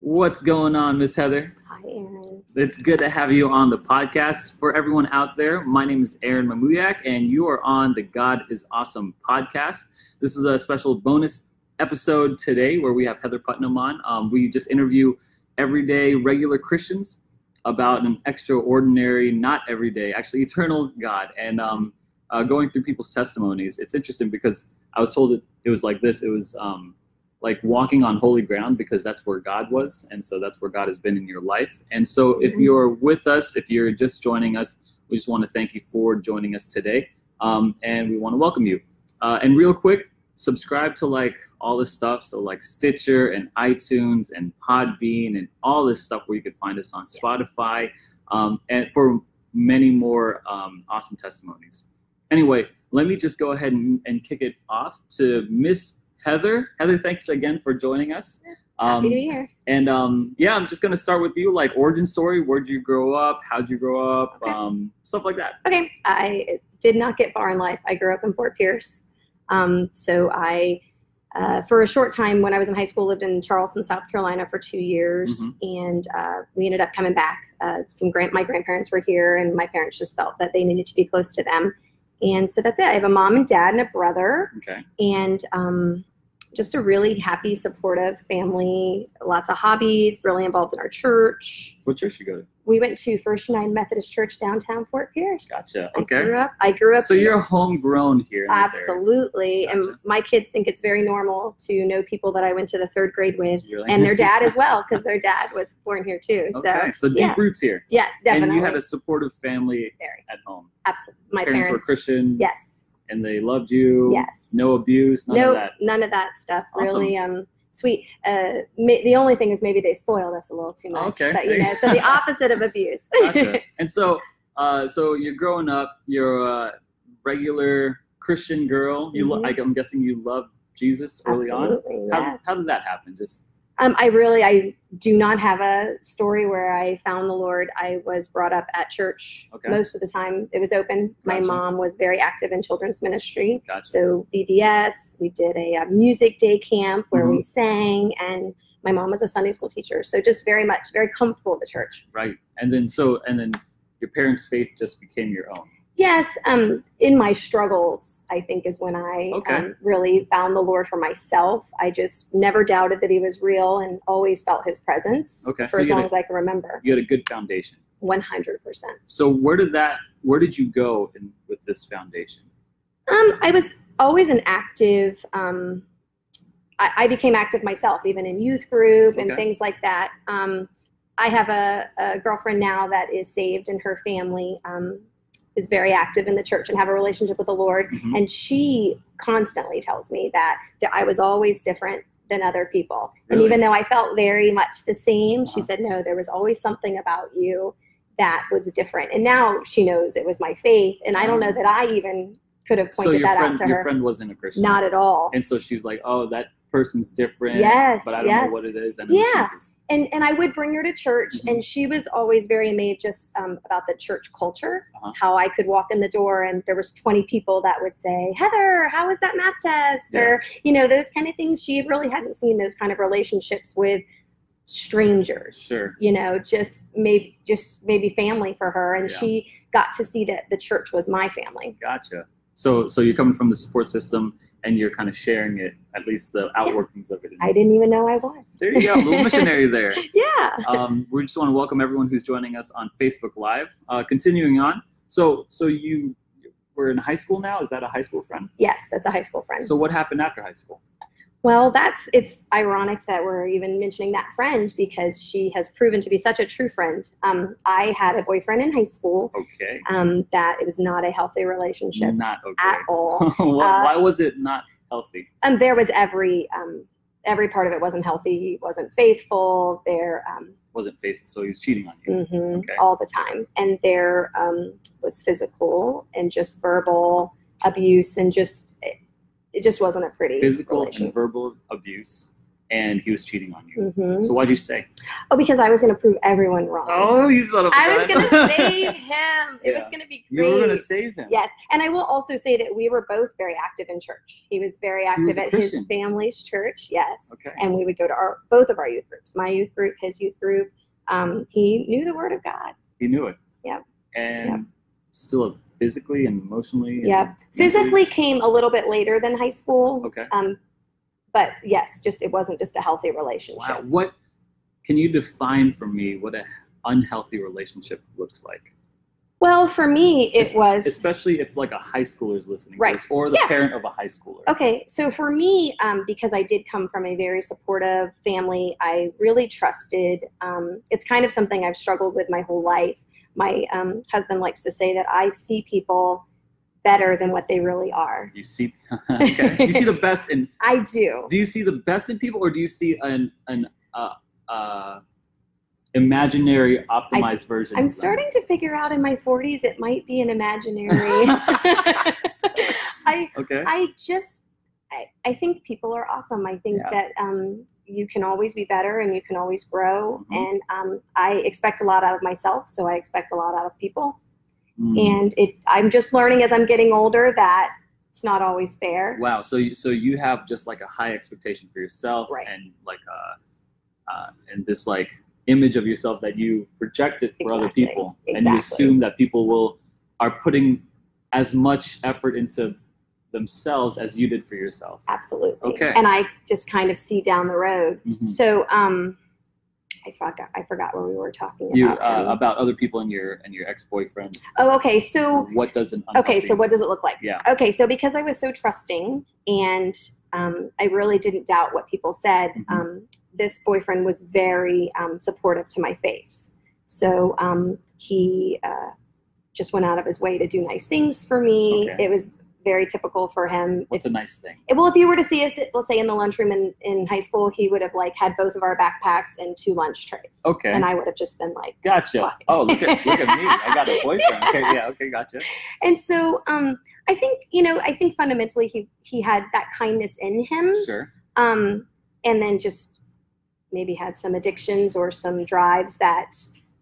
What's going on, Miss Heather? Hi, Aaron. It's good to have you on the podcast. For everyone out there, my name is Aaron Mamuyak, and you are on the God is Awesome podcast. This is a special bonus episode today where we have Heather Putnam on. Um, we just interview everyday, regular Christians about an extraordinary, not everyday, actually eternal God, and um, uh, going through people's testimonies. It's interesting because I was told it, it was like this. It was um, like walking on holy ground because that's where God was, and so that's where God has been in your life. And so, if Mhm. you're with us, if you're just joining us, we just want to thank you for joining us today, um, and we want to welcome you. Uh, and real quick, subscribe to like all this stuff, so like Stitcher and iTunes and Podbean and all this stuff where you could find us on Spotify, um, and for many more um, awesome testimonies. Anyway, let me just go ahead and, and kick it off to Miss Heather. Heather, thanks again for joining us. Um, Happy to be here. and um, yeah, I'm just gonna start with you, like origin story. Where'd you grow up? How'd you grow up? Okay. Um, stuff like that. Okay, I did not get far in life. I grew up in Fort Pierce. Um, so I, uh, for a short time when I was in high school, lived in Charleston, South Carolina for two years, Mhm. and uh, we ended up coming back. Uh, some grand, my grandparents were here, and my parents just felt that they needed to be close to them, and so that's it. I have a mom and dad and a brother. Okay. and um, just a really happy, supportive family. Lots of hobbies, really involved in our church. What church you go to? We went to First United Methodist Church downtown Fort Pierce. Gotcha. I Okay. grew up. I grew up. So you're homegrown here. In this area. absolutely, and Gotcha. my kids think it's very normal to know people that I went to the third grade with, You're like- and their dad as well, because their dad was born here too. So Okay. So deep yeah. roots here. yes, definitely. And you had a supportive family very at home. absolutely. My parents, parents, were Christian. Yes, And they loved you. yes. No abuse. None no, of that. none of that stuff. Awesome. Really, um, sweet. Uh, ma- the only thing is maybe they spoiled us a little too much. Okay. But you know, so the opposite of abuse. gotcha. And so, uh, so you're growing up. You're a regular Christian girl. You, lo- Mhm. I, am guessing you loved Jesus early on. Absolutely. How, Yes. how did that happen? Just Um, I really, I do not have a story where I found the Lord. I was brought up at church Okay. most of the time. It was open. My Gotcha. mom was very active in children's ministry. gotcha. So VBS, we did a, uh music day camp where Mhm. we sang, and my mom was a Sunday school teacher. So just very much, very comfortable with the church. right. And then so and then your parents' faith just became your own. Yes, um, in my struggles, I think is when I Okay. um, really found the Lord for myself. I just never doubted that He was real and always felt His presence Okay, so for as you long had as I can remember. You had a good foundation. One hundred percent. So where did that? Where did you go in, with this foundation? Um, I was always an active. Um, I, I became active myself, even in youth group and Okay. things like that. Um, I have a, a girlfriend now that is saved, and her family um, is very active in the church and have a relationship with the Lord. Mhm. And she constantly tells me that, that I was always different than other people. Really? And even though I felt very much the same, she Uh-huh. said, no, there was always something about you that was different. And now she knows it was my faith. And I don't know that I even could have Mm-hmm. So pointed your that friend, out to your her. friend wasn't a Christian. Not at all. And so she's like, oh, that person's different. Yes, But I don't yes. know what it is. And it was Yeah. Jesus. and and I would bring her to church, Mhm. and she was always very amazed just um, about the church culture, Uh-huh. how I could walk in the door and there was twenty people that would say, "Heather, how was that math test?" Yeah. or you know those kind of things. She really hadn't seen those kind of relationships with strangers. Sure. You know, just maybe just maybe family for her, and Yeah. she got to see that the church was my family. Gotcha. So so you're coming from the support system and you're kind of sharing it, at least the outworkings of it. I didn't even know I was. There you go, a little missionary there. Yeah. Um, we just want to welcome everyone who's joining us on Facebook Live. Uh, continuing on, so so you were in high school now. Is that a high school friend? Yes, that's a high school friend. So what happened after high school? Well, that's it's ironic that we're even mentioning that friend because she has proven to be such a true friend. Um, I had a boyfriend in high school Okay, um, that it was not a healthy relationship not okay. at all. Uh, Why- Why was it not healthy? Um, there was every um, every part of it wasn't healthy, wasn't faithful. There, um, Wasn't faithful, so he was cheating on you. mhm, Okay. all the time, and there um, was physical and just verbal abuse and just it, it just wasn't a pretty Physical relationship. and verbal abuse and he was cheating on you. hmm So why'd you say? Oh, because I was going to prove everyone wrong. Oh, you son of a I was gun. going to save him. It was Yeah. going to be you great. were going to save him. Yes, and I will also say that we were both very active in church. He was very active was a at Christian. his family's church. Yes, Okay. and we would go to our both of our youth groups, my youth group, his youth group. Um, he knew the word of God. He knew it. Yep. And Yep. still physically and emotionally. and Yep. mentally- Physically came a little bit later than high school. Mm-hmm. Okay. Um, but yes, just it wasn't just a healthy relationship. Wow. What can you define for me what a unhealthy relationship looks like? Well, for me, it It's- was Especially if like a high schooler is listening Right. to this or the Yeah. parent of a high schooler. Okay, so for me, um, because I did come from a very supportive family, I really trusted. Um, it's kind of something I've struggled with my whole life. My um, husband likes to say that I see people better than what they really are. You see okay. you see the best in I do. do you see the best in people or do you see an an uh, uh, imaginary optimized version I'm of them? starting to figure out in my 40s it might be an imaginary. I Okay. I just I, I think people are awesome. I think Yeah. that um, you can always be better and you can always grow. Mhm. And um, I expect a lot out of myself, so I expect a lot out of people. Mm. And it I'm just learning as I'm getting older that it's not always fair. Wow. So you, so you have just like a high expectation for yourself, Right. and like uh, uh, and this like image of yourself that you project it for other Exactly. people, and you Exactly. assume that people will are putting as much effort into themselves as you did for yourself. Absolutely. Okay. And I just kind of see down the road. Mhm. So um, I forgot I forgot where we were talking You about. uh, him. about other people and your and your ex boyfriend. oh, okay. So What does an Okay, unhealthy- so what does it look like? Yeah. Okay, so because I was so trusting and um, I really didn't doubt what people said, Mhm. um, this boyfriend was very um, supportive to my face. So um, he uh, just went out of his way to do nice things for me. Okay. It was very typical for him. what's a nice thing? If- well, if you were to see us, let's say in the lunchroom in, in high school, he would have like had both of our backpacks and two lunch trays. Okay. And I would have just been like, Gotcha. Why? Oh, look at, look at me. I got a boyfriend. Okay, yeah, okay, gotcha. and so um, I think you know I think fundamentally he he had that kindness in him, Sure. um, and then just maybe had some addictions or some drives that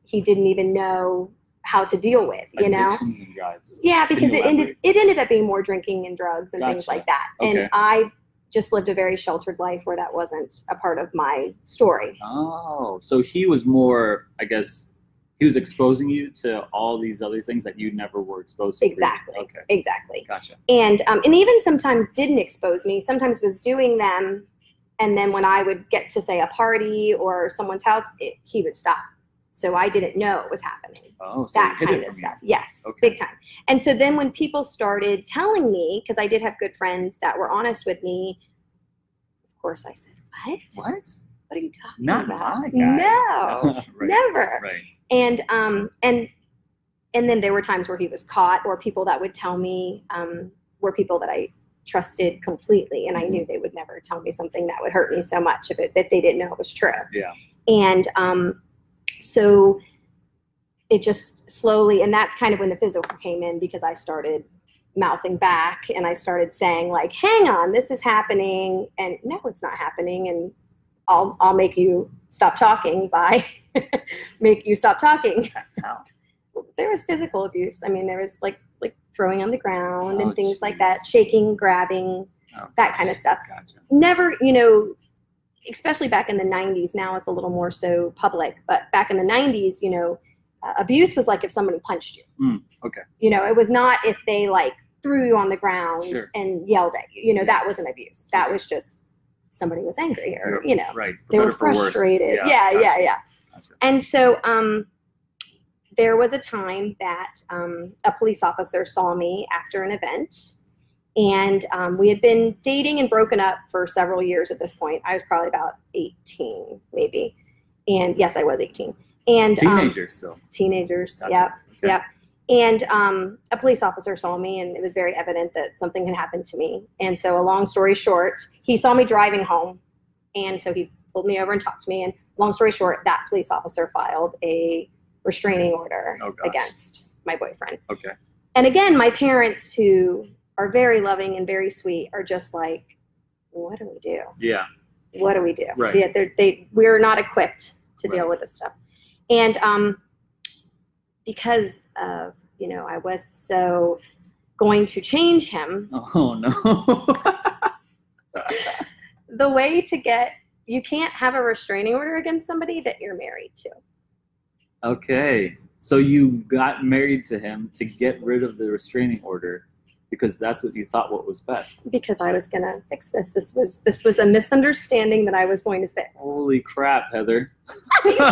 he didn't even know how to deal with, you know. Addictions and drives. Yeah, because you it ended elaborate? it ended up being more drinking and drugs and things Gotcha. like that, Okay. and I just lived a very sheltered life where that wasn't a part of my story. Oh, so he was more, I guess, he was exposing you to all these other things that you never were exposed to. previously. Exactly. Okay, Exactly. gotcha. and um, and even sometimes didn't expose me. Sometimes was doing them, and then when I would get to say a party or someone's house, it, he would stop. So I didn't know it was happening. Oh, so That you hid kind it of from stuff. Yes, Okay. big time. And so then when people started telling me, because I did have good friends that were honest with me, of course I said, "What? you. What? What are you talking Not about? my guy. No, right. Oh, never." Right. and um and and then there were times where he was caught or people that would tell me um were people that i trusted completely and i knew they would never tell me something that would hurt me so much if it that they didn't know it was true Yeah. and um so it just slowly and that's kind of when the physical came in because i started mouthing back and i started saying like hang on this is happening and no it's not happening and i'll i'll make you stop talking by make you stop talking How? there was physical abuse. I mean, there was like like throwing on the Oh, ground and things like jeez. that, shaking, grabbing, Oh, that kind of stuff. Gotcha. Never, you know, especially back in the 90s. Now it's a little more so public, but back in the 90s, you know, uh, abuse was like if somebody punched you. Mm, okay. You know, it was not if they like threw you on the ground Sure. and yelled at you. You know, Yeah. that wasn't abuse. That Okay. was just somebody was angry or Yeah, you know Right. For they better were or for worse. frustrated. Yeah, gotcha, yeah, yeah. Gotcha. And so um, there was a time that um, a police officer saw me after an event. And um, we had been dating and broken up for several years at this point. I was probably about 18, maybe. And yes, I was 18. And um, Teenagers still. teenagers. Gotcha. Yep. Okay. Yep. And um, a police officer saw me, and it was very evident that something had happened to me. And so, a long story short, he saw me driving home, and so he pulled me over and talked to me. And long story short, that police officer filed a restraining order Oh, gosh. against my boyfriend. Okay. And again, my parents, who are very loving and very sweet, are just like, "What do we do?" Yeah. what do we do? Right. Yeah, they're, they we're not equipped to Right. deal with this stuff, and um, because of you know I was so going to change him, Oh no. the way to get you can't have a restraining order against somebody that you're married to. okay. So you got married to him to get rid of the restraining order because that's what you thought what was best. because I was gonna fix this. This was this was a misunderstanding that I was going to fix. Holy crap, Heather.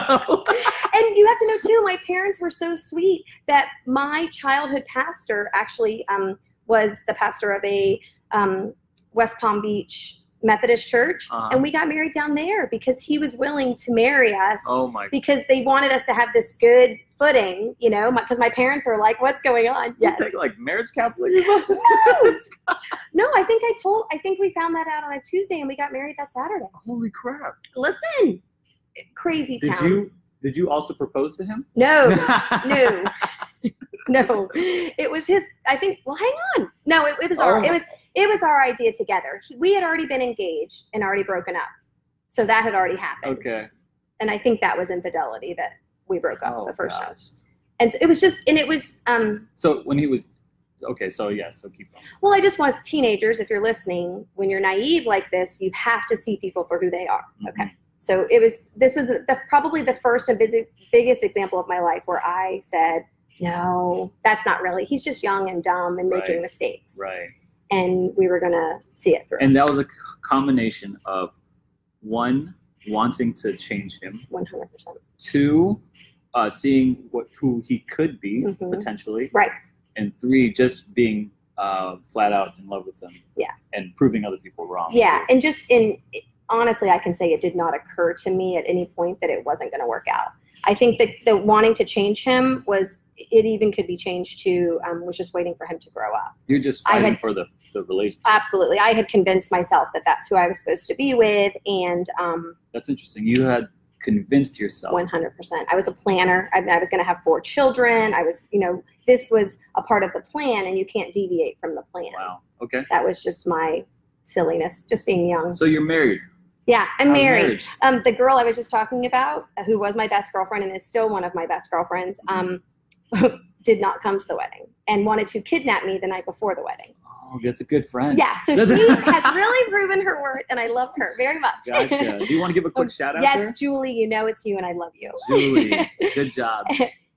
And you have to know too, my parents were so sweet that my childhood pastor actually um, was the pastor of a um, West Palm Beach Methodist church, Uh-huh. and we got married down there because he was willing to marry us oh my because they wanted us to have this good footing, you know, because my, parents are like, "What's going on?" Yes. You take like marriage counseling or something? No, I think I told. I think we found that out on a Tuesday, and we got married that Saturday. Holy crap. Listen, crazy Did town. you did you also propose to him? No, no, no. It was his. I think. Well, hang on. No, it, it was our. Oh. It was it was our idea together. He, we had already been engaged and already broken up, so that had already happened. okay. And I think that was infidelity that we broke up Oh, the first time. gosh. And so it was just. And it was. Um. So when he was okay, so yeah, so keep going. Well, I just want teenagers. If you're listening, when you're naive like this, you have to see people for who they are. Mm-hmm. Okay. So it was. This was the, probably the first and busy, biggest example of my life where I said, "No, that's not really. He's just young and dumb and Right. making mistakes." Right. And we were gonna see it through. And that was a c- combination of one wanting to change him, One hundred percent. two uh, seeing what who he could be Mhm. potentially, Right. and three just being uh, flat out in love with him. Yeah. And proving other people wrong. Yeah. too. And just in honestly, I can say it did not occur to me at any point that it wasn't gonna work out. I think that the wanting to change him was it even could be changed to um, was just waiting for him to grow up. You're just I fighting had- for the the relationship. absolutely i had convinced myself that that's who i was supposed to be with and um, That's interesting. You had convinced yourself. 100% i was a planner i, I was going to have four children i was you know this was a part of the plan and you can't deviate from the plan Wow. Okay. that was just my silliness just being young So you're married. yeah i'm How's married marriage? um, the girl I was just talking about, who was my best girlfriend and is still one of my best girlfriends, um, Mm-hmm. did not come to the wedding and wanted to kidnap me the night before the wedding. Oh, that's a good friend. Yeah, so Does- she has really proven her worth, and I love her very much. Gotcha. Do you want to give a quick shout out yes, to her? Julie, you know it's you, and I love you. Julie, good job.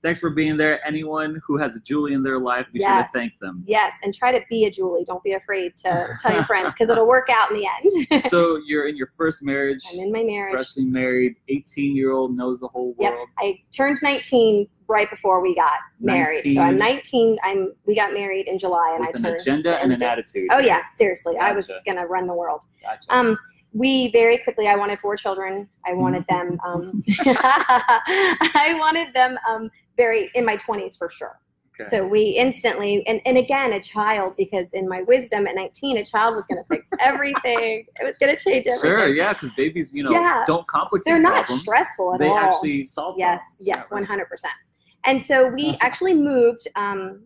Thanks for being there. Anyone who has a Julie in their life, be sure to Yes. thank them. yes, and try to be a Julie. Don't be afraid to tell your friends because it'll work out in the end. So you're in your first marriage, I'm in my marriage. freshly married, 18 year old, knows the whole Yep. world. I turned 19 right before we got married, so I'm 19. I'm we got married in July, and with I an turned. agenda and an attitude. Oh yeah, seriously, I was Gotcha. gonna run the world. Gotcha. Um, we very quickly. I wanted four children. I wanted Mm-hmm. them. Um, I wanted them um, very in my 20s for sure. okay. So we instantly, and, and again, a child, because in my wisdom at 19, a child was going to fix everything. It was going to change everything. sure, yeah, because babies, you know, Yeah. don't complicate They're not problems. stressful at They all. actually solve Uh-huh. yes, problems. yes, Yeah, right. 100%. And so we actually moved, um,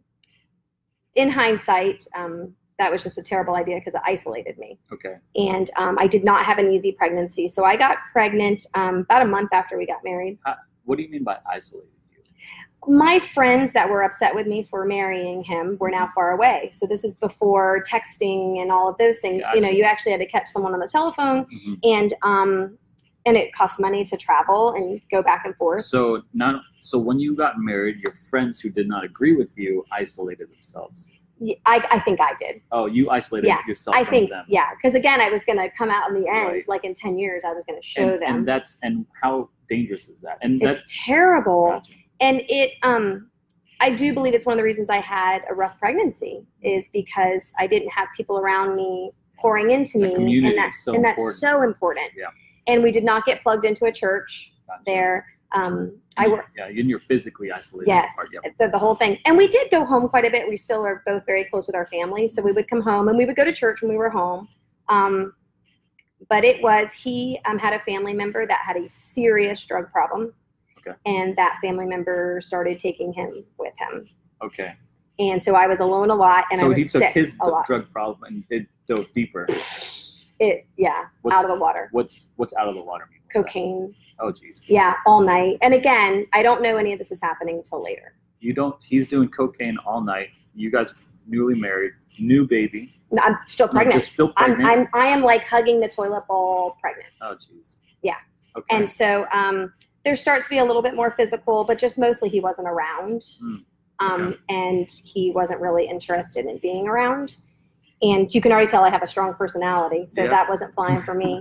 in hindsight, um, that was just a terrible idea because it isolated me. Okay. And um, I did not have an easy pregnancy. So I got pregnant um, about a month after we got married. What do you mean by isolated you? my friends that were upset with me for marrying him were now far away. So this is before texting and all of those things. You know, Gotcha. you actually had to catch someone on the telephone, Mhm. and um, and it cost money to travel and go back and forth. So not so when you got married, your friends who did not agree with you isolated themselves. Y- I, I think I did. Oh, you isolated Yeah, yourself I from think them. yeah, because again, I was going to come out in the end. Right. Like in ten years, I was going to show and, them. and that's and how dangerous is that? And it's that's terrible. gotcha. and it um i do believe it's one of the reasons i had a rough pregnancy is because i didn't have people around me pouring into The me community and, that, is so and that's important. so important Yeah. and we did not get plugged into a church Gotcha. there um, i work Yeah, and you're physically isolated. yes Part. Yep. the, the whole thing and we did go home quite a bit we still are both very close with our families so we would come home and we would go to church when we were home um, but it was he um, had a family member that had a serious drug problem Okay. and that family member started taking him with him Okay. and so I was alone a lot, and I so was he took sick his d- a lot. drug problem and it dove deeper. it yeah What's- out of the water What's what's out of the water? mean? What's that? cocaine Oh, geez. yeah all night and again i don't know any of this is happening till later You don't. He's doing cocaine all night. You guys are newly married, new baby. No, i'm still You're pregnant just still I'm, pregnant. I'm i am like hugging the toilet bowl pregnant oh, jeez. Yeah. Okay. And so um, there starts to be a little bit more physical, but just mostly he wasn't around. Hmm. Um, and he wasn't really interested in being around. And you can already tell I have a strong personality, so Yeah. that wasn't flying for me.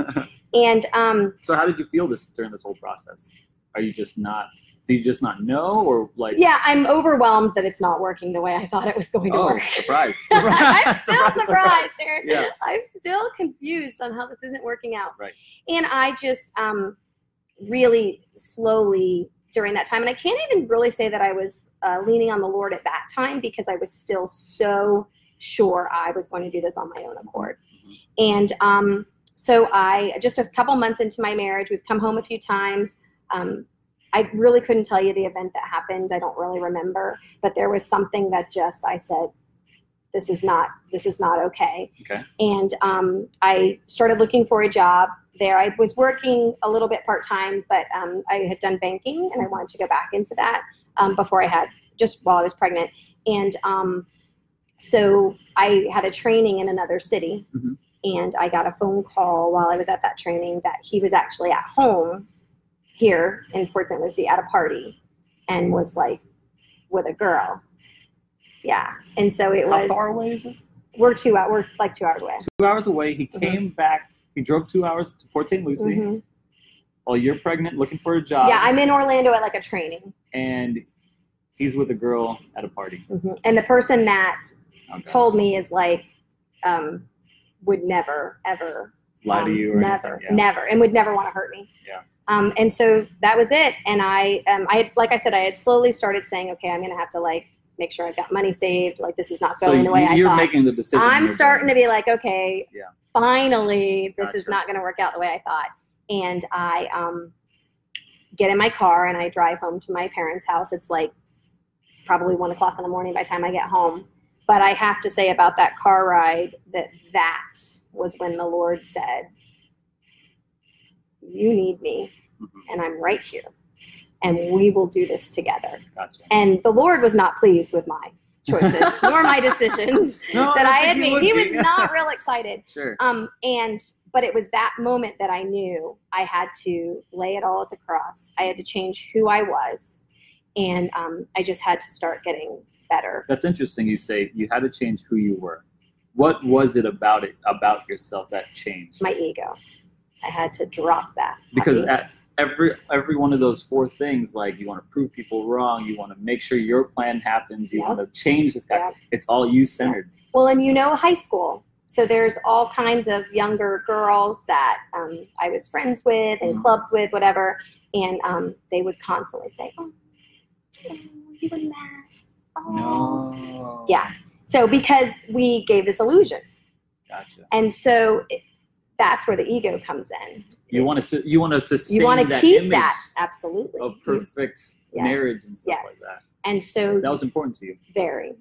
and um, so, how did you feel this during this whole process? Are you just not? Do you just not know, or like? yeah, I'm overwhelmed that it's not working the way I thought it was going to Oh, work. surprise! I'm surprise still surprise, surprise. surprised, Aaron. Yeah. I'm still confused on how this isn't working out. Right. And I just um, really slowly during that time, and I can't even really say that I was uh, leaning on the Lord at that time because I was still so sure I was going to do this on my own accord. Mm-hmm. And um, so I, just a couple months into my marriage, we've come home a few times. Um, I really couldn't tell you the event that happened. I don't really remember, but there was something that just I said, "This is not. This is not okay." Okay. And um, I started looking for a job there. I was working a little bit part time, but um, I had done banking, and I wanted to go back into that um, before I had just while I was pregnant. And um, so I had a training in another city, Mhm. and I got a phone call while I was at that training that he was actually at home here in Port St. Lucie at a party and was like with a girl. Yeah. And so it How was, far away is this? we're two hours, we're like two hours away. Two hours away. He Mhm. came back. He drove two hours to Port St. Lucie Mhm. while you're pregnant, looking for a job. yeah. I'm in Orlando at like a training. and he's with a girl at a party. Mhm. And the person that Oh, gosh. told me is like, um, would never, ever lie to Um, you or never, anything. Yeah. never, and would never want to hurt me. Yeah. Um, and so that was it. And I, um, I had, like I said, I had slowly started saying, okay, I'm going to have to like make sure I've got money saved. Like this is not So going the way you- I you're thought. making the decision. I'm starting to be like, okay, Yeah. finally, this is Gotcha. not going to work out the way I thought. And I um, get in my car and I drive home to my parents' house. It's like probably one o'clock in the morning by the time I get home. But I have to say about that car ride that that was when the Lord said, You need me, Mhm. and I'm right here, and we will do this together. Gotcha. And the Lord was not pleased with my choices nor my decisions No, that don't I think had Oh, you made. would He was be. not real excited. sure. Um, and but it was that moment that I knew I had to lay it all at the cross. I had to change who I was, and um, I just had to start getting better. That's interesting. You say you had to change who you were. What was it about it about yourself that changed? My ego. I had to drop that Because puppy. at every every one of those four things, like you want to prove people wrong, you want to make sure your plan happens, you Yeah. want to change this guy. Yeah. It's all you centered. Well, and you know, high school. So there's all kinds of younger girls that um, I was friends with and Mhm. clubs with, whatever. And um, they would constantly say, "Oh, you were mad." Oh. No. Yeah. So because we gave this illusion, Gotcha. and so it, that's where the ego comes in. You want to su- you want to sustain You want to that keep image that absolutely. of perfect Yes. marriage and stuff Yes. like that. And so That was important to you. very,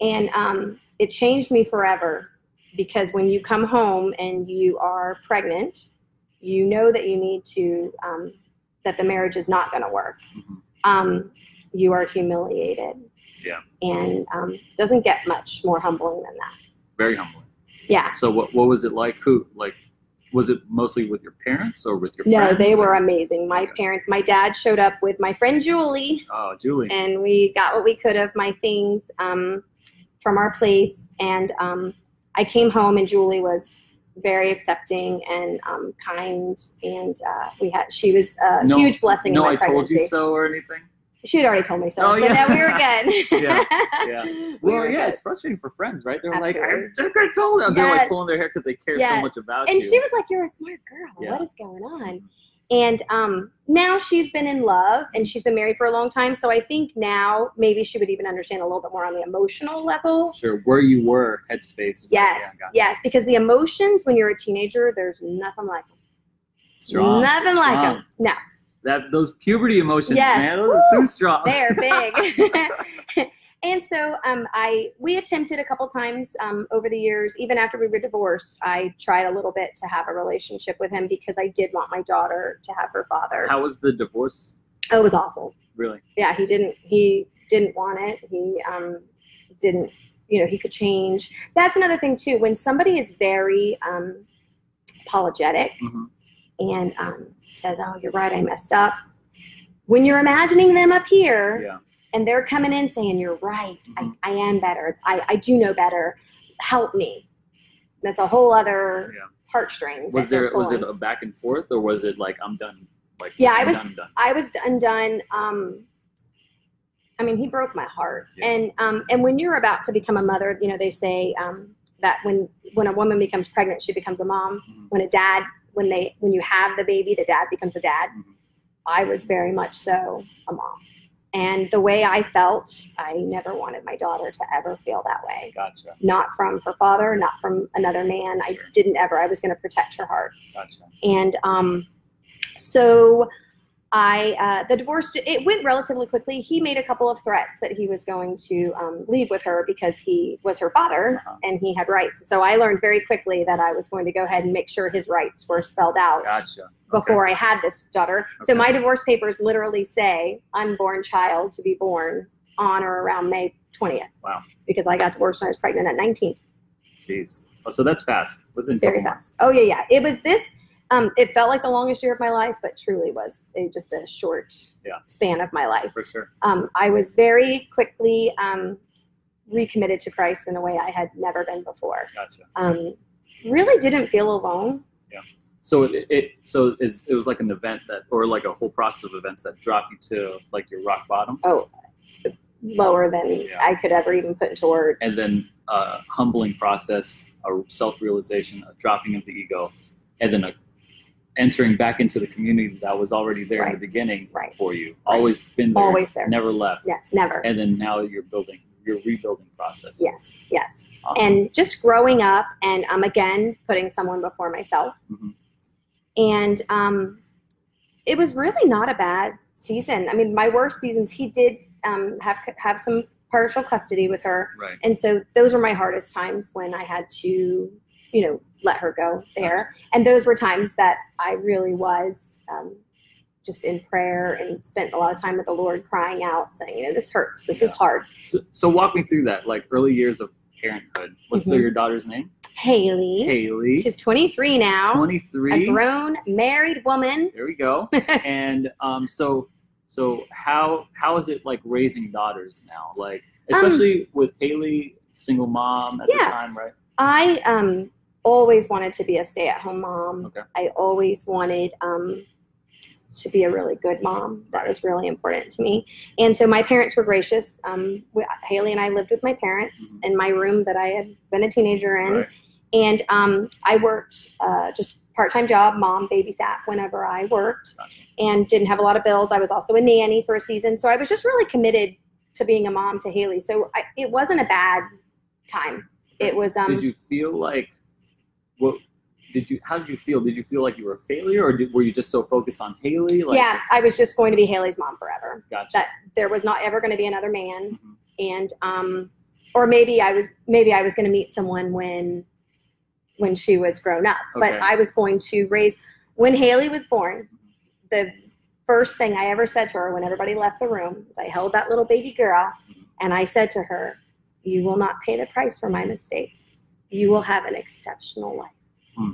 and um, it changed me forever because when you come home and you are pregnant, you know that you need to um, that the marriage is not going to work. Mhm. Um, you are humiliated. Yeah. And um, doesn't get much more humbling than that. very humbling. Yeah. So what what was it like? Who like was it mostly with your parents or with your No, friends? they were amazing. My Okay. parents, my dad showed up with my friend Julie, Oh, Julie. and we got what we could of my things um, from our place. And um, I came home, and Julie was very accepting and um, kind, and uh, we had she was a No- huge blessing no, in my I told pregnancy. you so or anything. She had already told me so, Oh, so yeah. that we were good. Yeah, yeah. yeah. Well, yeah, it's frustrating for friends, right? They're Absolutely. like, I, I told them. They're like Yes. pulling their hair because they care so Yes. much about and you. she was like you're a smart girl Yeah. what is going on and um, now she's been in love and she's been married for a long time so i think now maybe she would even understand a little bit more on the emotional level sure where you were, headspace. yes Yeah, got it. yes because the emotions when you're a teenager there's nothing like them strong. nothing like strong. them no That those puberty emotions, Yes. man, those are Woo! too strong. they're big And so um, I we attempted a couple times um, over the years. Even after we were divorced, I tried a little bit to have a relationship with him because I did want my daughter to have her father. How was the divorce? Oh, it was awful. Really? Yeah, he didn't he didn't want it. He um, didn't you know he could change. That's another thing too. When somebody is very um, apologetic hmm and um, says, "Oh, you're right, I messed up," when you're imagining them up here Yeah. and they're coming in saying you're right Mhm. I, I am better I, I do know better help me that's a whole other Yeah. heartstrings Was that they're there was it pulling. a back and forth or was it like I'm done? Like Yeah, I I'm was- done, done. I was undone um I mean he broke my heart Yeah. and um and when you're about to become a mother you know they say um that when when a woman becomes pregnant she becomes a mom Mhm. when a dad when they when you have the baby the dad becomes a dad Mhm. I was very much so a mom and the way I felt I never wanted my daughter to ever feel that way Gotcha. not from her father, not from another man. I Sure. didn't ever. I was going to protect her heart. Gotcha. And um, so I, uh, the divorce, it went relatively quickly. He made a couple of threats that he was going to um, leave with her because he was her father Uh-huh. and he had rights. So I learned very quickly that I was going to go ahead and make sure his rights were spelled out Gotcha. Okay. before I had this daughter. So Okay. my divorce papers literally say unborn child to be born on or around May 20th. Wow. Because I got divorced when I was pregnant at 19. Jeez. Oh, so that's fast. Within a Very couple months. fast. Oh yeah, yeah. It was this. Um, it felt like the longest year of my life, but truly was a, just a short Yeah. span of my life. For sure. Um, I was very quickly um, recommitted to Christ in a way I had never been before. Gotcha. Um, really didn't feel alone. So it, it so it's, it was like an event that or like a whole process of events that drop you to like your rock bottom Oh, lower than Yeah. I could ever even put into words. and then a humbling process, a self-realization, a dropping of the ego, and then a entering back into the community that was already there in Right. the beginning Right. for you. Always been there. Always there. Never left. Yes, never. And then now you're building your rebuilding process. Yeah. yes. Awesome. And just growing up, and um, again putting someone before myself. Mhm. and um, it was really not a bad season. I mean, my worst seasons, he did um, have have some partial custody with her, Right. and so those were my hardest times when I had to, you know, let her go there. And those were times that I really was. Um, just in prayer and spent a lot of time with the Lord crying out, saying, you know, this hurts, this is Yeah. hard. So, so walk me through that, like early years of parenthood. What's Mhm. your daughter's name? Haley, Haley. she's 23 now, 23. a grown married woman. There we go. and um, so, so how how is it like raising daughters now? Like especially with Haley, single mom at Um, Yeah. the time, right? I um always wanted to be a stay-at-home mom. Okay. I always wanted um to be a really good mom. That was really important to me. And so my parents were gracious. Um, we, Haley and I lived with my parents Mhm. in my room that I had been a teenager in, Right. and um, I worked uh, just part-time job. Mom babysat whenever I worked, Gotcha. and didn't have a lot of bills. I was also a nanny for a season, so I was just really committed to being a mom to Haley. So I, it wasn't a bad time. It was. Um, did you feel like what? Did you? How did you feel? Did you feel like you were a failure, or did, were you just so focused on Haley? Like, yeah, I was just going to be Haley's mom forever. Gotcha. That there was not ever going to be another man, Mhm. and um, or maybe I was maybe I was going to meet someone when when she was grown up, but Okay. I was going to raise when Haley was born. The first thing I ever said to her when everybody left the room is I held that little baby girl Mhm. and I said to her, "You will not pay the price for my mistakes. You will have an exceptional life." Hmm.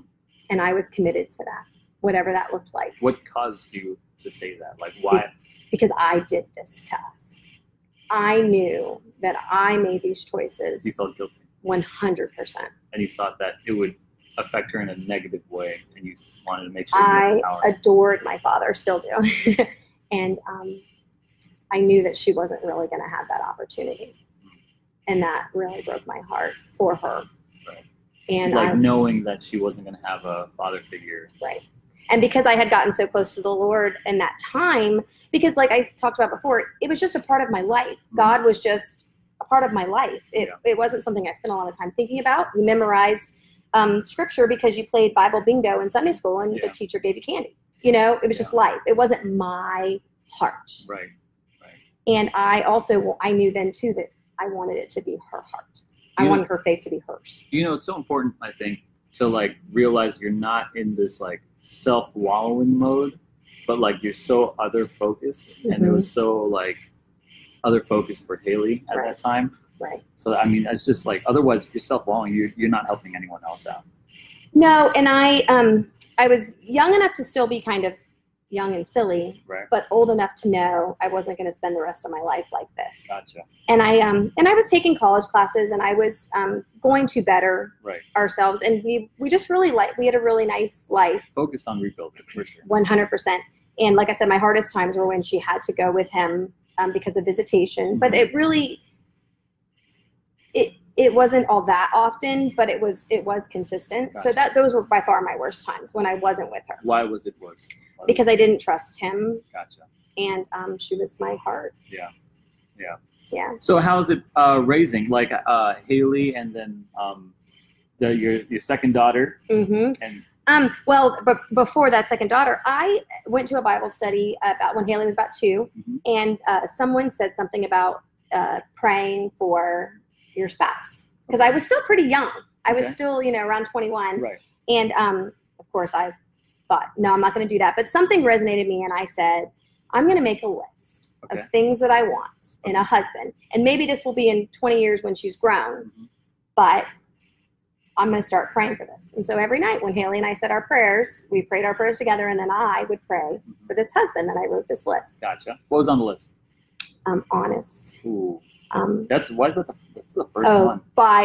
And I was committed to that, whatever that looked like. What caused you to say that? Like, why? because I did this to us. I knew that I made these choices You felt guilty, 100%. and you thought that it would affect her in a negative way, and you wanted to make sure you I empowered. adored my father, still do. and um, I knew that she wasn't really going to have that opportunity. Hmm. And that really broke my heart for her. Right. And like I, knowing that she wasn't going to have a father figure. right. And because I had gotten so close to the Lord in that time, because like I talked about before, it was just a part of my life. Mm-hmm. God was just a part of my life. It, it wasn't something I spent a lot of time thinking about. You memorized um, scripture because you played Bible bingo in Sunday school and the Yeah. teacher gave you candy. You know, it was just life. It wasn't my heart. Right. And I also, well, I knew then too that I wanted it to be her heart. I You- wanted her faith to be hers. you know it's so important i think to like realize you're not in this like self wallowing mode but like you're so other focused and it Mhm. was so like other focused for haley at Right. that time Right. so i mean it's just like otherwise if you're self wallowing you're, you're not helping anyone else out No, and I um I was young enough to still be kind of young and silly, right but old enough to know I wasn't going to spend the rest of my life like this. gotcha And I um and I was taking college classes and I was um going to better right ourselves and we we just really like we had a really nice life focused on rebuilding for sure 100%. And like I said, my hardest times were when she had to go with him um, because of visitation. But it really, it it wasn't all that often, but it was it was consistent. So Gotcha. that those were by far my worst times when I wasn't with her why was it worse Why was- because I didn't trust him, gotcha and um, she was my heart. Yeah. Yeah. Yeah. So how's it uh, raising? Like uh, Haley, and then um, the, your your second daughter, hmm and Um. Well, but before that second daughter, I went to a Bible study about when Haley was about 2 Mhm. and uh, someone said something about uh, praying for your spouse because I was still pretty young. I was Okay. still, you know, around 21, right, and um, of course, I thought, no, I'm not going to do that. But something resonated me, and I said, I'm going to make a list okay, of things that I want in a husband, and maybe this will be in 20 years when she's grown Mm-hmm. but I'm going to start praying for this. And so every night when Haley and I said our prayers, we prayed our prayers together, and then I would pray Mhm. for this husband. And I wrote this list. gotcha. What was on the list? Um, honest. Ooh, Um, that's why is that the that's the first oh, one? by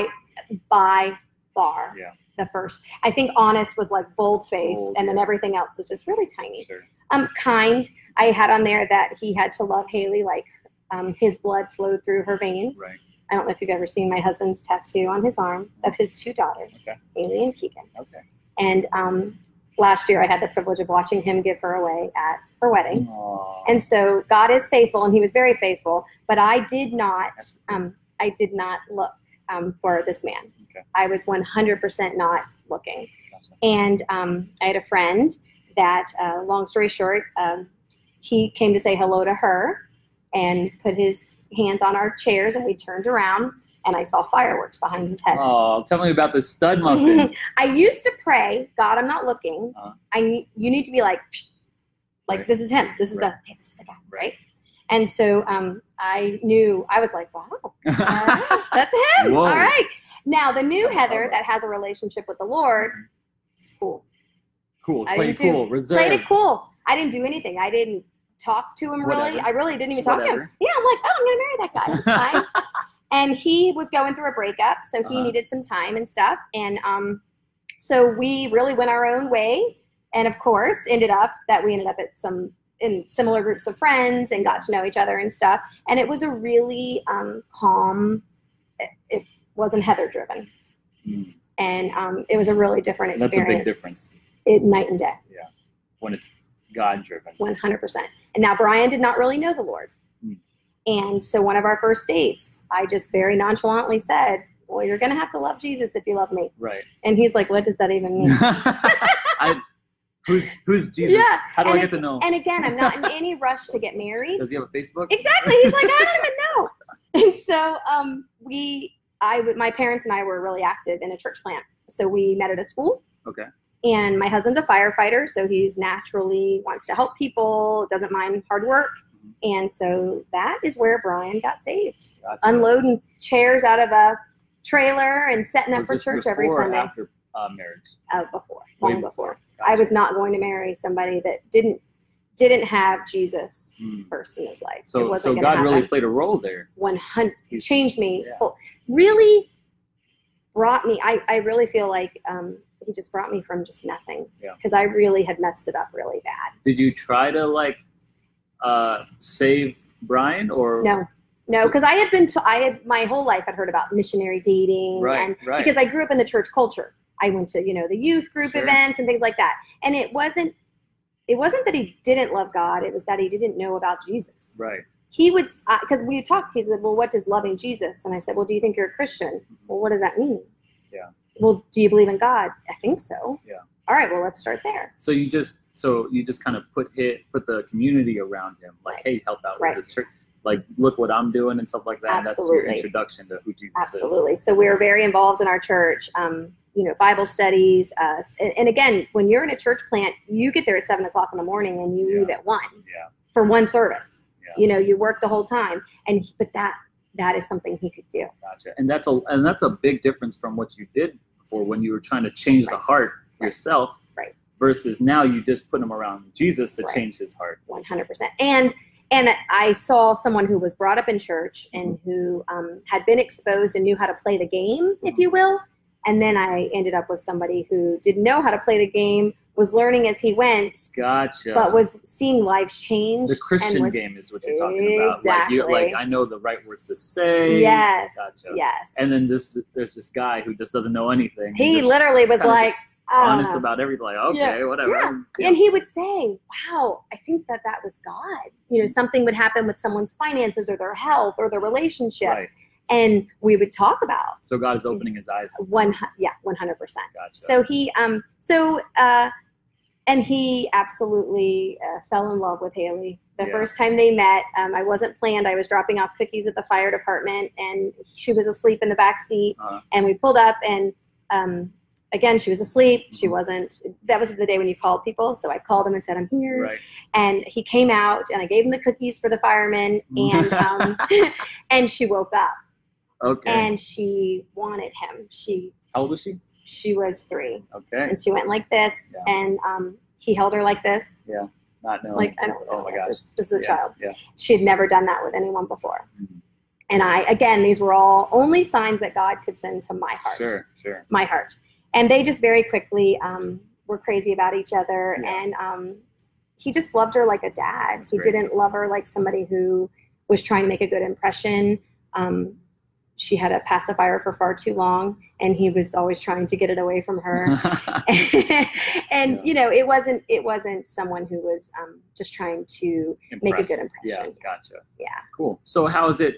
by far Yeah. the first. I think honest was like bold face, Bold, and then yeah. everything else was just really tiny. Sure. Um, kind. I had on there that he had to love Haley like um, his blood flowed through her veins. Right. I don't know if you've ever seen my husband's tattoo on his arm of his two daughters, Okay. Haley and Keegan. Okay. And um, last year, I had the privilege of watching him give her away at her wedding. Aw, And so God is faithful, and He was very faithful. But I did not, That's um, I did not look um, for this man. Okay. I was 100% not looking. gotcha. And um, I had a friend that, uh, long story short, um, he came to say hello to her and put his hands on our chairs, and we turned around, and I saw fireworks behind his head. Oh, tell me about the stud muffin. I used to pray, God, I'm not looking. Uh-huh. I need, you need to be like, psh, like Right. this is him. This is Right. the this is the guy, right? And so um, I knew I was like, wow, all right, that's him. Whoa. All right. Now the new That's Heather clever. that has a relationship with the Lord, it's cool. cool, I play didn't do- cool, Played reserve. it cool. I didn't do anything. I didn't talk to him really. Whatever. I really didn't even talk to him. Whatever. Yeah, I'm like, oh, I'm gonna marry that guy. It's fine. and he was going through a breakup, so he Uh-huh. needed some time and stuff. And um, so we really went our own way. And of course, ended up that we ended up at some in similar groups of friends and got to know each other and stuff. And it was a really um, calm. It, it wasn't Heather driven, Mm, and um, it was a really different That's a experience. big difference It night and day, when it's God driven. one hundred percent. And now Brian did not really know the Lord. Mm. And so one of our first dates, I just very nonchalantly said, Well, you're going to have to love Jesus if you love me. Right. And he's like, What does that even mean? I, who's who's Jesus? Yeah, How do I and get to know? him? And again, I'm not in any rush to get married. Does he have a Facebook? Exactly. He's like, I don't even know. And so um, we, I, w- my parents and I were really active in a church plant. So we met at a school. Okay. And my husband's a firefighter, so he's naturally wants to help people, doesn't mind hard work. Mm-hmm. And so that is where Brian got saved. Gotcha. unloading chairs out of a trailer and setting up Was for this church before every or Sunday. After uh, marriage, Uh, before, Way long before, Gotcha. I was not going to marry somebody that didn't didn't have Jesus Hmm. first in his life. it So so wasn't God gonna really happen. played a role there. one hundred He's- changed me. Yeah. Well, really brought me. I I really feel like um, he just brought me from just nothing Yeah. because I really had messed it up really bad. Did you try to like uh, save Brian or No. No, So- because I had been, t- I had my whole life had heard about missionary dating and Right, right. because I grew up in the church culture. I went to you know the youth group Sure. events and things like that, and it wasn't it wasn't that he didn't love God. It was that he didn't know about Jesus. right. He would because we talked. He said, "Well, what does loving Jesus?" And I said, "Well, do you think you're a Christian? Well, what does that mean?" Yeah. Well, do you believe in God? I think so. Yeah. All right. Well, let's start there. So you just so you just kind of put hit put the community around him like hey help out Right. with this church like look what I'm doing and stuff like that. And Absolutely. that's your introduction to who Jesus is. Absolutely. So we're very involved in our church. Um, you know, Bible studies. Uh, and, and again, when you're in a church plant, you get there at seven o'clock in the morning and you Yeah. leave at one Yeah. for one service. Yeah. You know, you work the whole time, and but that that is something he could do. Gotcha. And that's a and that's a big difference from what you did before when you were trying to change the heart Right. yourself. Right. Versus now you just put him around Jesus to Right. change his heart. 100% and and i saw someone who was brought up in church and Mm-hmm. who um, had been exposed and knew how to play the game if Mm-hmm. you will and then i ended up with somebody who didn't know how to play the game was learning as he went Gotcha. but was seeing lives change the and Christian was, game is what you're talking about. Like you like Exactly. I know the right words to say. yes Gotcha. yes And then this there's this guy who just doesn't know anything. he just literally was kinda like just uh, honest about everything. Like, okay, yeah, whatever. yeah. and he would say wow i think that that was god you know something would happen with someone's finances or their health or their relationship Right. and we would talk about So God is opening his eyes. One, hu- yeah, one hundred percent. Gotcha. So he, um, so, uh, and he absolutely uh, fell in love with Haley. The Yeah. first time they met, um, I wasn't planned. I was dropping off cookies at the fire department, and she was asleep in the back seat. Uh-huh. And we pulled up, and um, again, she was asleep. She Mhm. wasn't. That was the day when you called people, so I called him and said, "I'm here." right. And he came out, and I gave him the cookies for the firemen, and um, and she woke up, Okay. and she wanted him. She How old is she? she was three Okay. and she went like this Yeah. and um, he held her like this Not knowing. like I this- don't know, oh my gosh. this, this is a Yeah, child yeah. she had never done that with anyone before Mhm. and i again these were all only signs that god could send to my heart Sure. Sure. my heart and they just very quickly um, were crazy about each other Yeah. and um, he just loved her like a dad That's he great. didn't love her like somebody who was trying to make a good impression um, she had a pacifier for far too long and he was always trying to get it away from her and Yeah. you know it wasn't it wasn't someone who was um, just trying to Make a good Impressed. Yeah. impression. Gotcha. Yeah. Cool. So how is it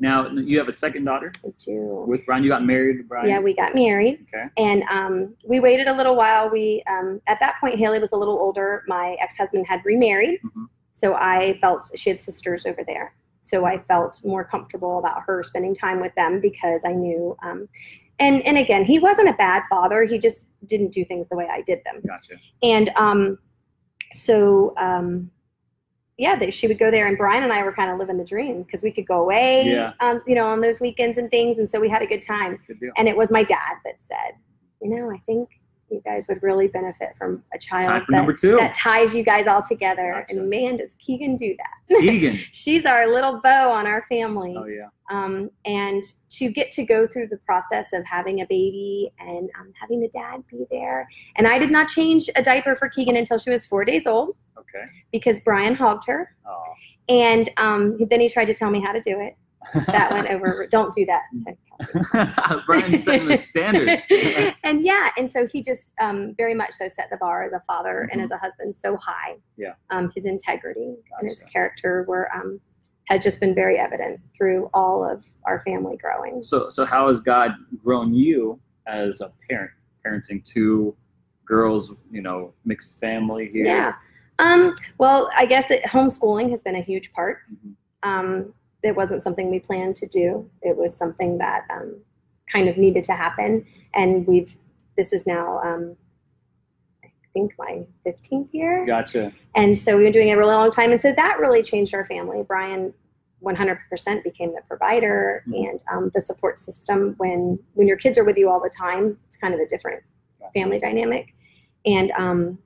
now? You have a second daughter do with Brian. You got married, Brian. yeah we got married Okay. and um, we waited a little while we um, at that point haley was a little older my ex-husband had remarried Mhm. so i felt she had sisters over there so i felt more comfortable about her spending time with them because i knew um, and and again he wasn't a bad father he just didn't do things the way i did them Gotcha. And um, so, um, yeah, they, she would go there, and Brian and I were kind of living the dream because we could go away, Yeah. um, you know, on those weekends and things. And so we had a good time. Good deal. And it was my dad that said, you know, I think you guys would really benefit from a child Time for that, number two. that ties you guys all together. Gotcha. And man, does Keegan do that. Egan. She's our little bow on our family Oh yeah. um, and to get to go through the process of having a baby and um, having the dad be there. And I did not change a diaper for Keegan until she was four days old Okay. because Brian hogged her. Oh. And um, then he tried to tell me how to do it. That went over. Don't do that. Brian setting the standard. and yeah, and so he just um, very much so set the bar as a father and as a husband so high. Mm-hmm. Yeah. Um, his integrity and his Gotcha. character were um, had just been very evident through all of our family growing. so so how has God grown you as a parent, parenting two girls, you know, mixed family here? Yeah. Um, well, I guess that homeschooling has been a huge part. Mhm. Um, it wasn't something we planned to do. It was something that um, kind of needed to happen, and we've. This is now, um, I think, my 15th year, Gotcha. and so we've been doing it a really long time, and so that really changed our family. Brian. 100% became the provider Mhm. and um, the support system when when your kids are with you all the time it's kind of a different family dynamic. And um,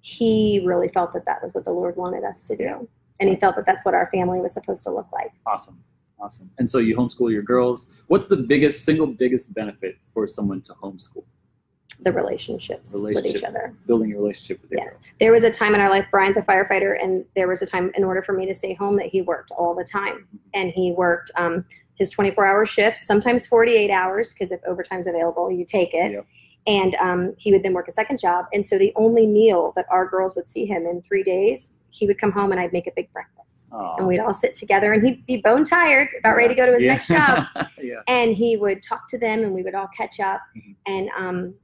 he really felt that that was what the Lord wanted us to do. Yeah. And he felt that that's what our family was supposed to look like. Awesome. Awesome. And so you homeschool your girls. What's the biggest, single biggest benefit for someone to homeschool? The relationships with Relationship. each other. Building a relationship with your Yes. girls. There was a time in our life, Brian's a firefighter, and there was a time in order for me to stay home that he worked all the time. And he worked um, his 24 hour shifts, sometimes 48 hours, because if overtime's available, you take it. Yep. And um, he would then work a second job. And so the only meal that our girls would see him in three days, he would come home and I'd make a big breakfast. and Oh, we'd all sit together and he'd be bone tired about ready to go to his next job yeah. and he would talk to them and we would all catch up Mhm. and um,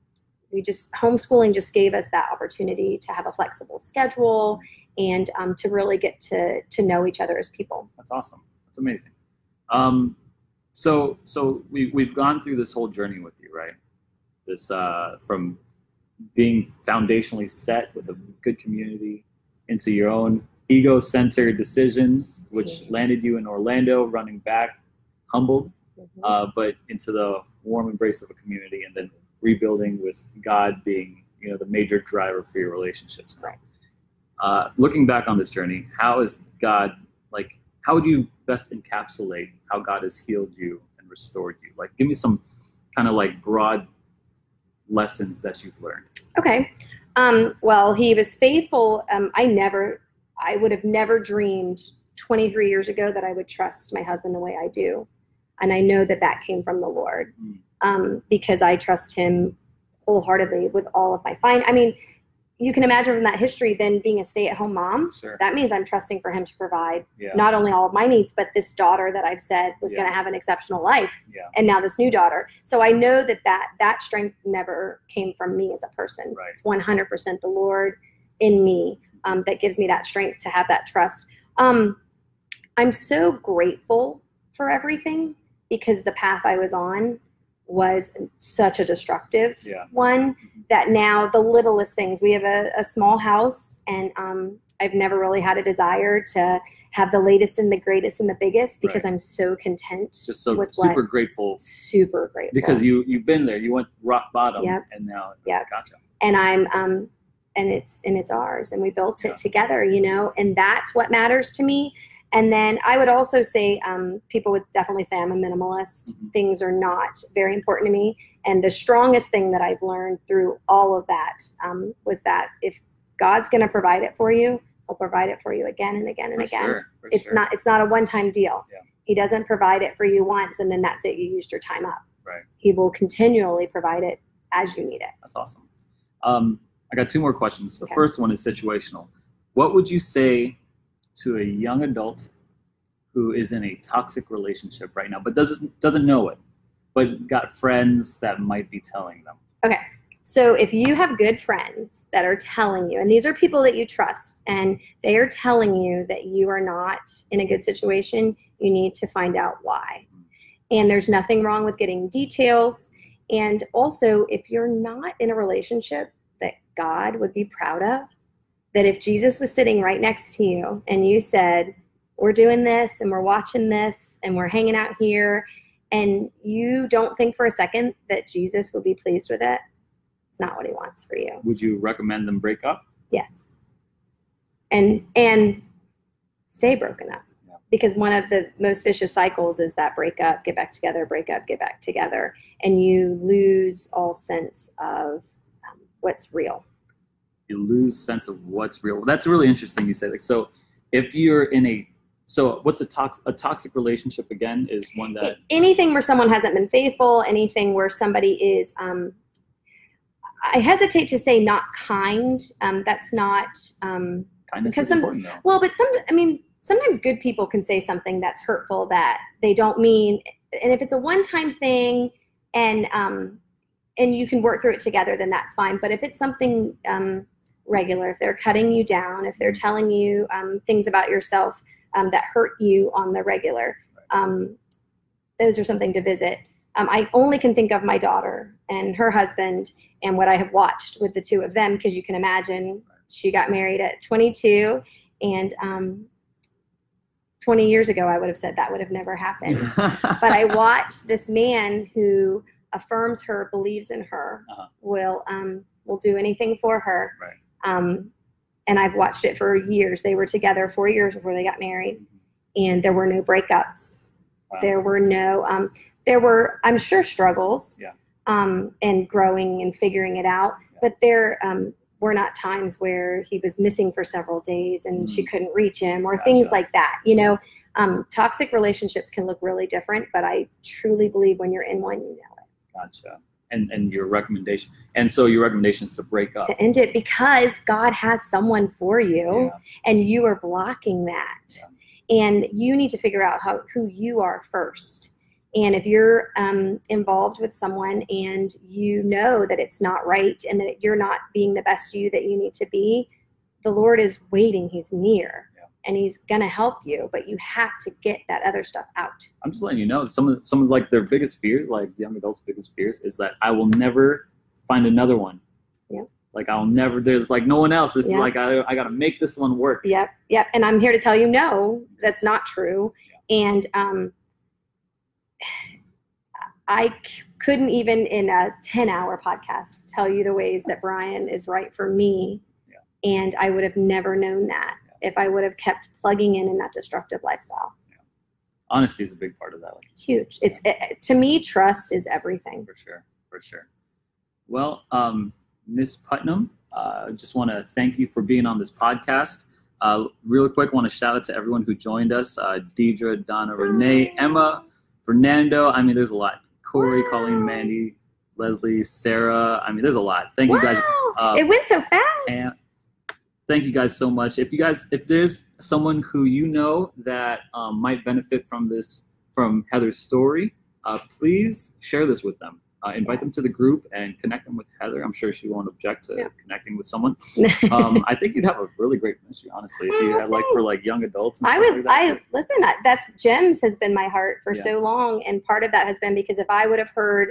we just homeschooling just gave us that opportunity to have a flexible schedule and um, to really get to to know each other as people That's awesome. That's amazing. Um, so so we we've gone through this whole journey with you, right? This uh, from being foundationally set with a good community into your own ego-centered decisions, which Yeah. landed you in Orlando, running back, humbled, Mhm. uh, but into the warm embrace of a community, and then rebuilding with God being you know the major driver for your relationships. now. Right. Uh, looking back on this journey, how is God like? How would you best encapsulate how God has healed you and restored you? Like, give me some kind of like broad lessons that you've learned. Okay. Um, well, he was faithful. Um, I never, I would have never dreamed 23 years ago that I would trust my husband the way I do. And I know that that came from the Lord Mm. um, because I trust him wholeheartedly with all of my fine. I mean, you can imagine from that history, then being a stay at home mom, Sure. that means I'm trusting for him to provide yeah. not only all of my needs, but this daughter that I've said was Yeah. going to have an exceptional life yeah. and now this new daughter. So I know that that that strength never came from me as a person. Right. It's 100% the Lord in me um, that gives me that strength to have that trust. Um, I'm so grateful for everything because the path I was on was such a destructive Yeah. one Mhm. that now the littlest things we have a, a small house and um, i've never really had a desire to have the latest and the greatest and the biggest because i'm so content Just so With super what? grateful super grateful because you you've been there. You went rock bottom, Yep. and now Yep. gotcha. and i'm um and it's and it's ours and we built it Yeah. together you know and that's what matters to me and then i would also say um, people would definitely say i'm a minimalist Mhm. things are not very important to me and the strongest thing that i've learned through all of that um, was that if god's going to provide it for you he'll provide it for you again and again and For again sure. For it's sure. not it's not a one time deal. Yeah. He doesn't provide it for you once and then that's it. You used your time up. Right. He will continually provide it as you need it. That's awesome. Um, I got two more questions. The Okay. first one is situational. What would you say to a young adult who is in a toxic relationship right now, but doesn't doesn't know it, but got friends that might be telling them? So if you have good friends that are telling you, and these are people that you trust, and they are telling you that you are not in a good situation, you need to find out why. And there's nothing wrong with getting details. And also, if you're not in a relationship that God would be proud of, that if Jesus was sitting right next to you and you said, We're doing this and we're watching this and we're hanging out here, and you don't think for a second that Jesus would be pleased with it, it's not what he wants for you. Would you recommend them break up? Yes. And and stay broken up. Yeah. Because one of the most vicious cycles is that break up, get back together, break up, get back together, and you lose all sense of um, what's real. you lose sense of what's real. That's really interesting you say. Like, so if you're in a so what's a toxic a toxic relationship again is one that A- anything where someone hasn't been faithful, anything where somebody is, um, I hesitate to say not kind. Um, that's not. Um, kindness Because is some- important though. Well, but some, I mean, sometimes good people can say something that's hurtful that they don't mean, and if it's a one-time thing, and um, and you can work through it together, then that's fine. But if it's something um, regular, if they're cutting you down, if they're telling you um, things about yourself um, that hurt you on the regular, um, those are something to visit. Um, I only can think of my daughter and her husband and what I have watched with the two of them because you can imagine she got married at 22 and um, 20 years ago I would have said that would have never happened but I watched this man who affirms her, believes in her, Uh-huh. will um, will do anything for her. Right. Um, and I've watched it for years. They were together four years before they got married, and there were no breakups. Wow. There were no. Um, there were, I'm sure, struggles. Yeah. Um, and growing and figuring it out, Yeah. but there um, were not times where he was missing for several days and she Mm. couldn't reach him or things Gotcha. like that. You know, um, toxic relationships can look really different, but I truly believe when you're in one, you know Gotcha. And and your recommendation. And so your recommendation is to break up. to end it because God has someone for you Yeah. and you are blocking that. And you need to figure out how, who you are first. And if you're um, involved with someone and you know that it's not right and that you're not being the best you that you need to be, the Lord is waiting. He's near. Yeah. and he's going to help you, but you have to get that other stuff out. I'm just letting you know some of some of like their biggest fears, like young adults' biggest fears, is that I will never find another one. Yeah. Like I'll never. There's like no one else. This Yeah. is like I I gotta make this one work. Yep, yep. And I'm here to tell you, no, that's not true. And um, I c- couldn't even in a 10 hour podcast tell you the ways that Brian is right for me. And I would have never known that if I would have kept plugging in in that destructive lifestyle. Honesty is a big part of that. Like, It's huge. It's it, it- to me, trust is everything. For sure, for sure. Well, um, Miss Putnam, uh, just want to thank you for being on this podcast. Uh, real quick, want to shout out to everyone who joined us: uh, Deidre, Donna, Renee, Emma, Fernando. I mean, there's a lot. Corey, Wow. Colleen, Mandy, Leslie, Sarah. I mean, there's a lot. Thank you guys. Wow. uh, it went so fast. And thank you guys so much. If you guys, if there's someone who you know that um, might benefit from this, from Heather's story, uh, please share this with them. Uh, invite them to the group and connect them with Heather. I'm sure she won't object to Yeah. connecting with someone. Um, I think you'd have a really great ministry, honestly. If you Oh, had like for like young adults. And I stuff like would. that. I listen. I, that's gems has been my heart for Yeah. so long, and part of that has been because if I would have heard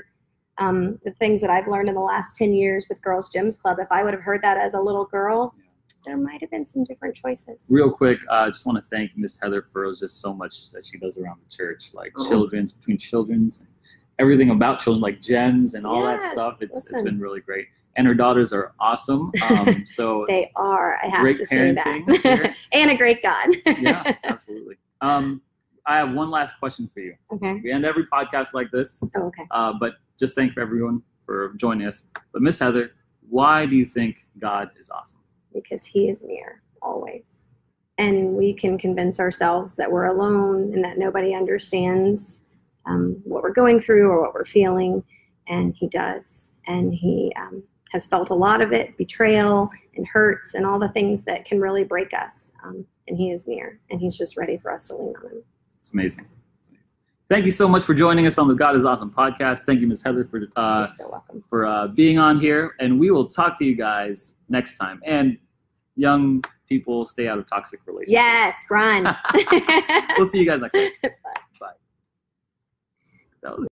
um, the things that I've learned in the last ten years with Girls Gems Club, if I would have heard that as a little girl, Yeah. there might have been some different choices. Real quick, uh, just want to thank Miss Heather for just so much that she does around the church, like Oh. children's between children's, and everything about children, like gens and all that Yes, stuff. It's it's listen. been really great, and her daughters are awesome. Um, so They are. I have great to say parenting, that. here. and a great God. yeah, absolutely. Um, I have one last question for you. okay. We end every podcast like this, Oh, okay. uh, but just thank everyone for joining us. But Miss Heather, why do you think God is awesome? because he is near always. And we can convince ourselves that we're alone and that nobody understands um, what we're going through or what we're feeling. And he does. And he um, has felt a lot of it betrayal and hurts and all the things that can really break us. Um, and he is near. And he's just ready for us to lean on him. It's amazing. It's amazing. Thank you so much for joining us on the God is Awesome podcast. Thank you, Miss Heather, for uh, You're so welcome. for uh, being on here, and we will talk to you guys next time. And young people, stay out of toxic relationships. Yes, run. We'll see you guys next time. Bye. That was.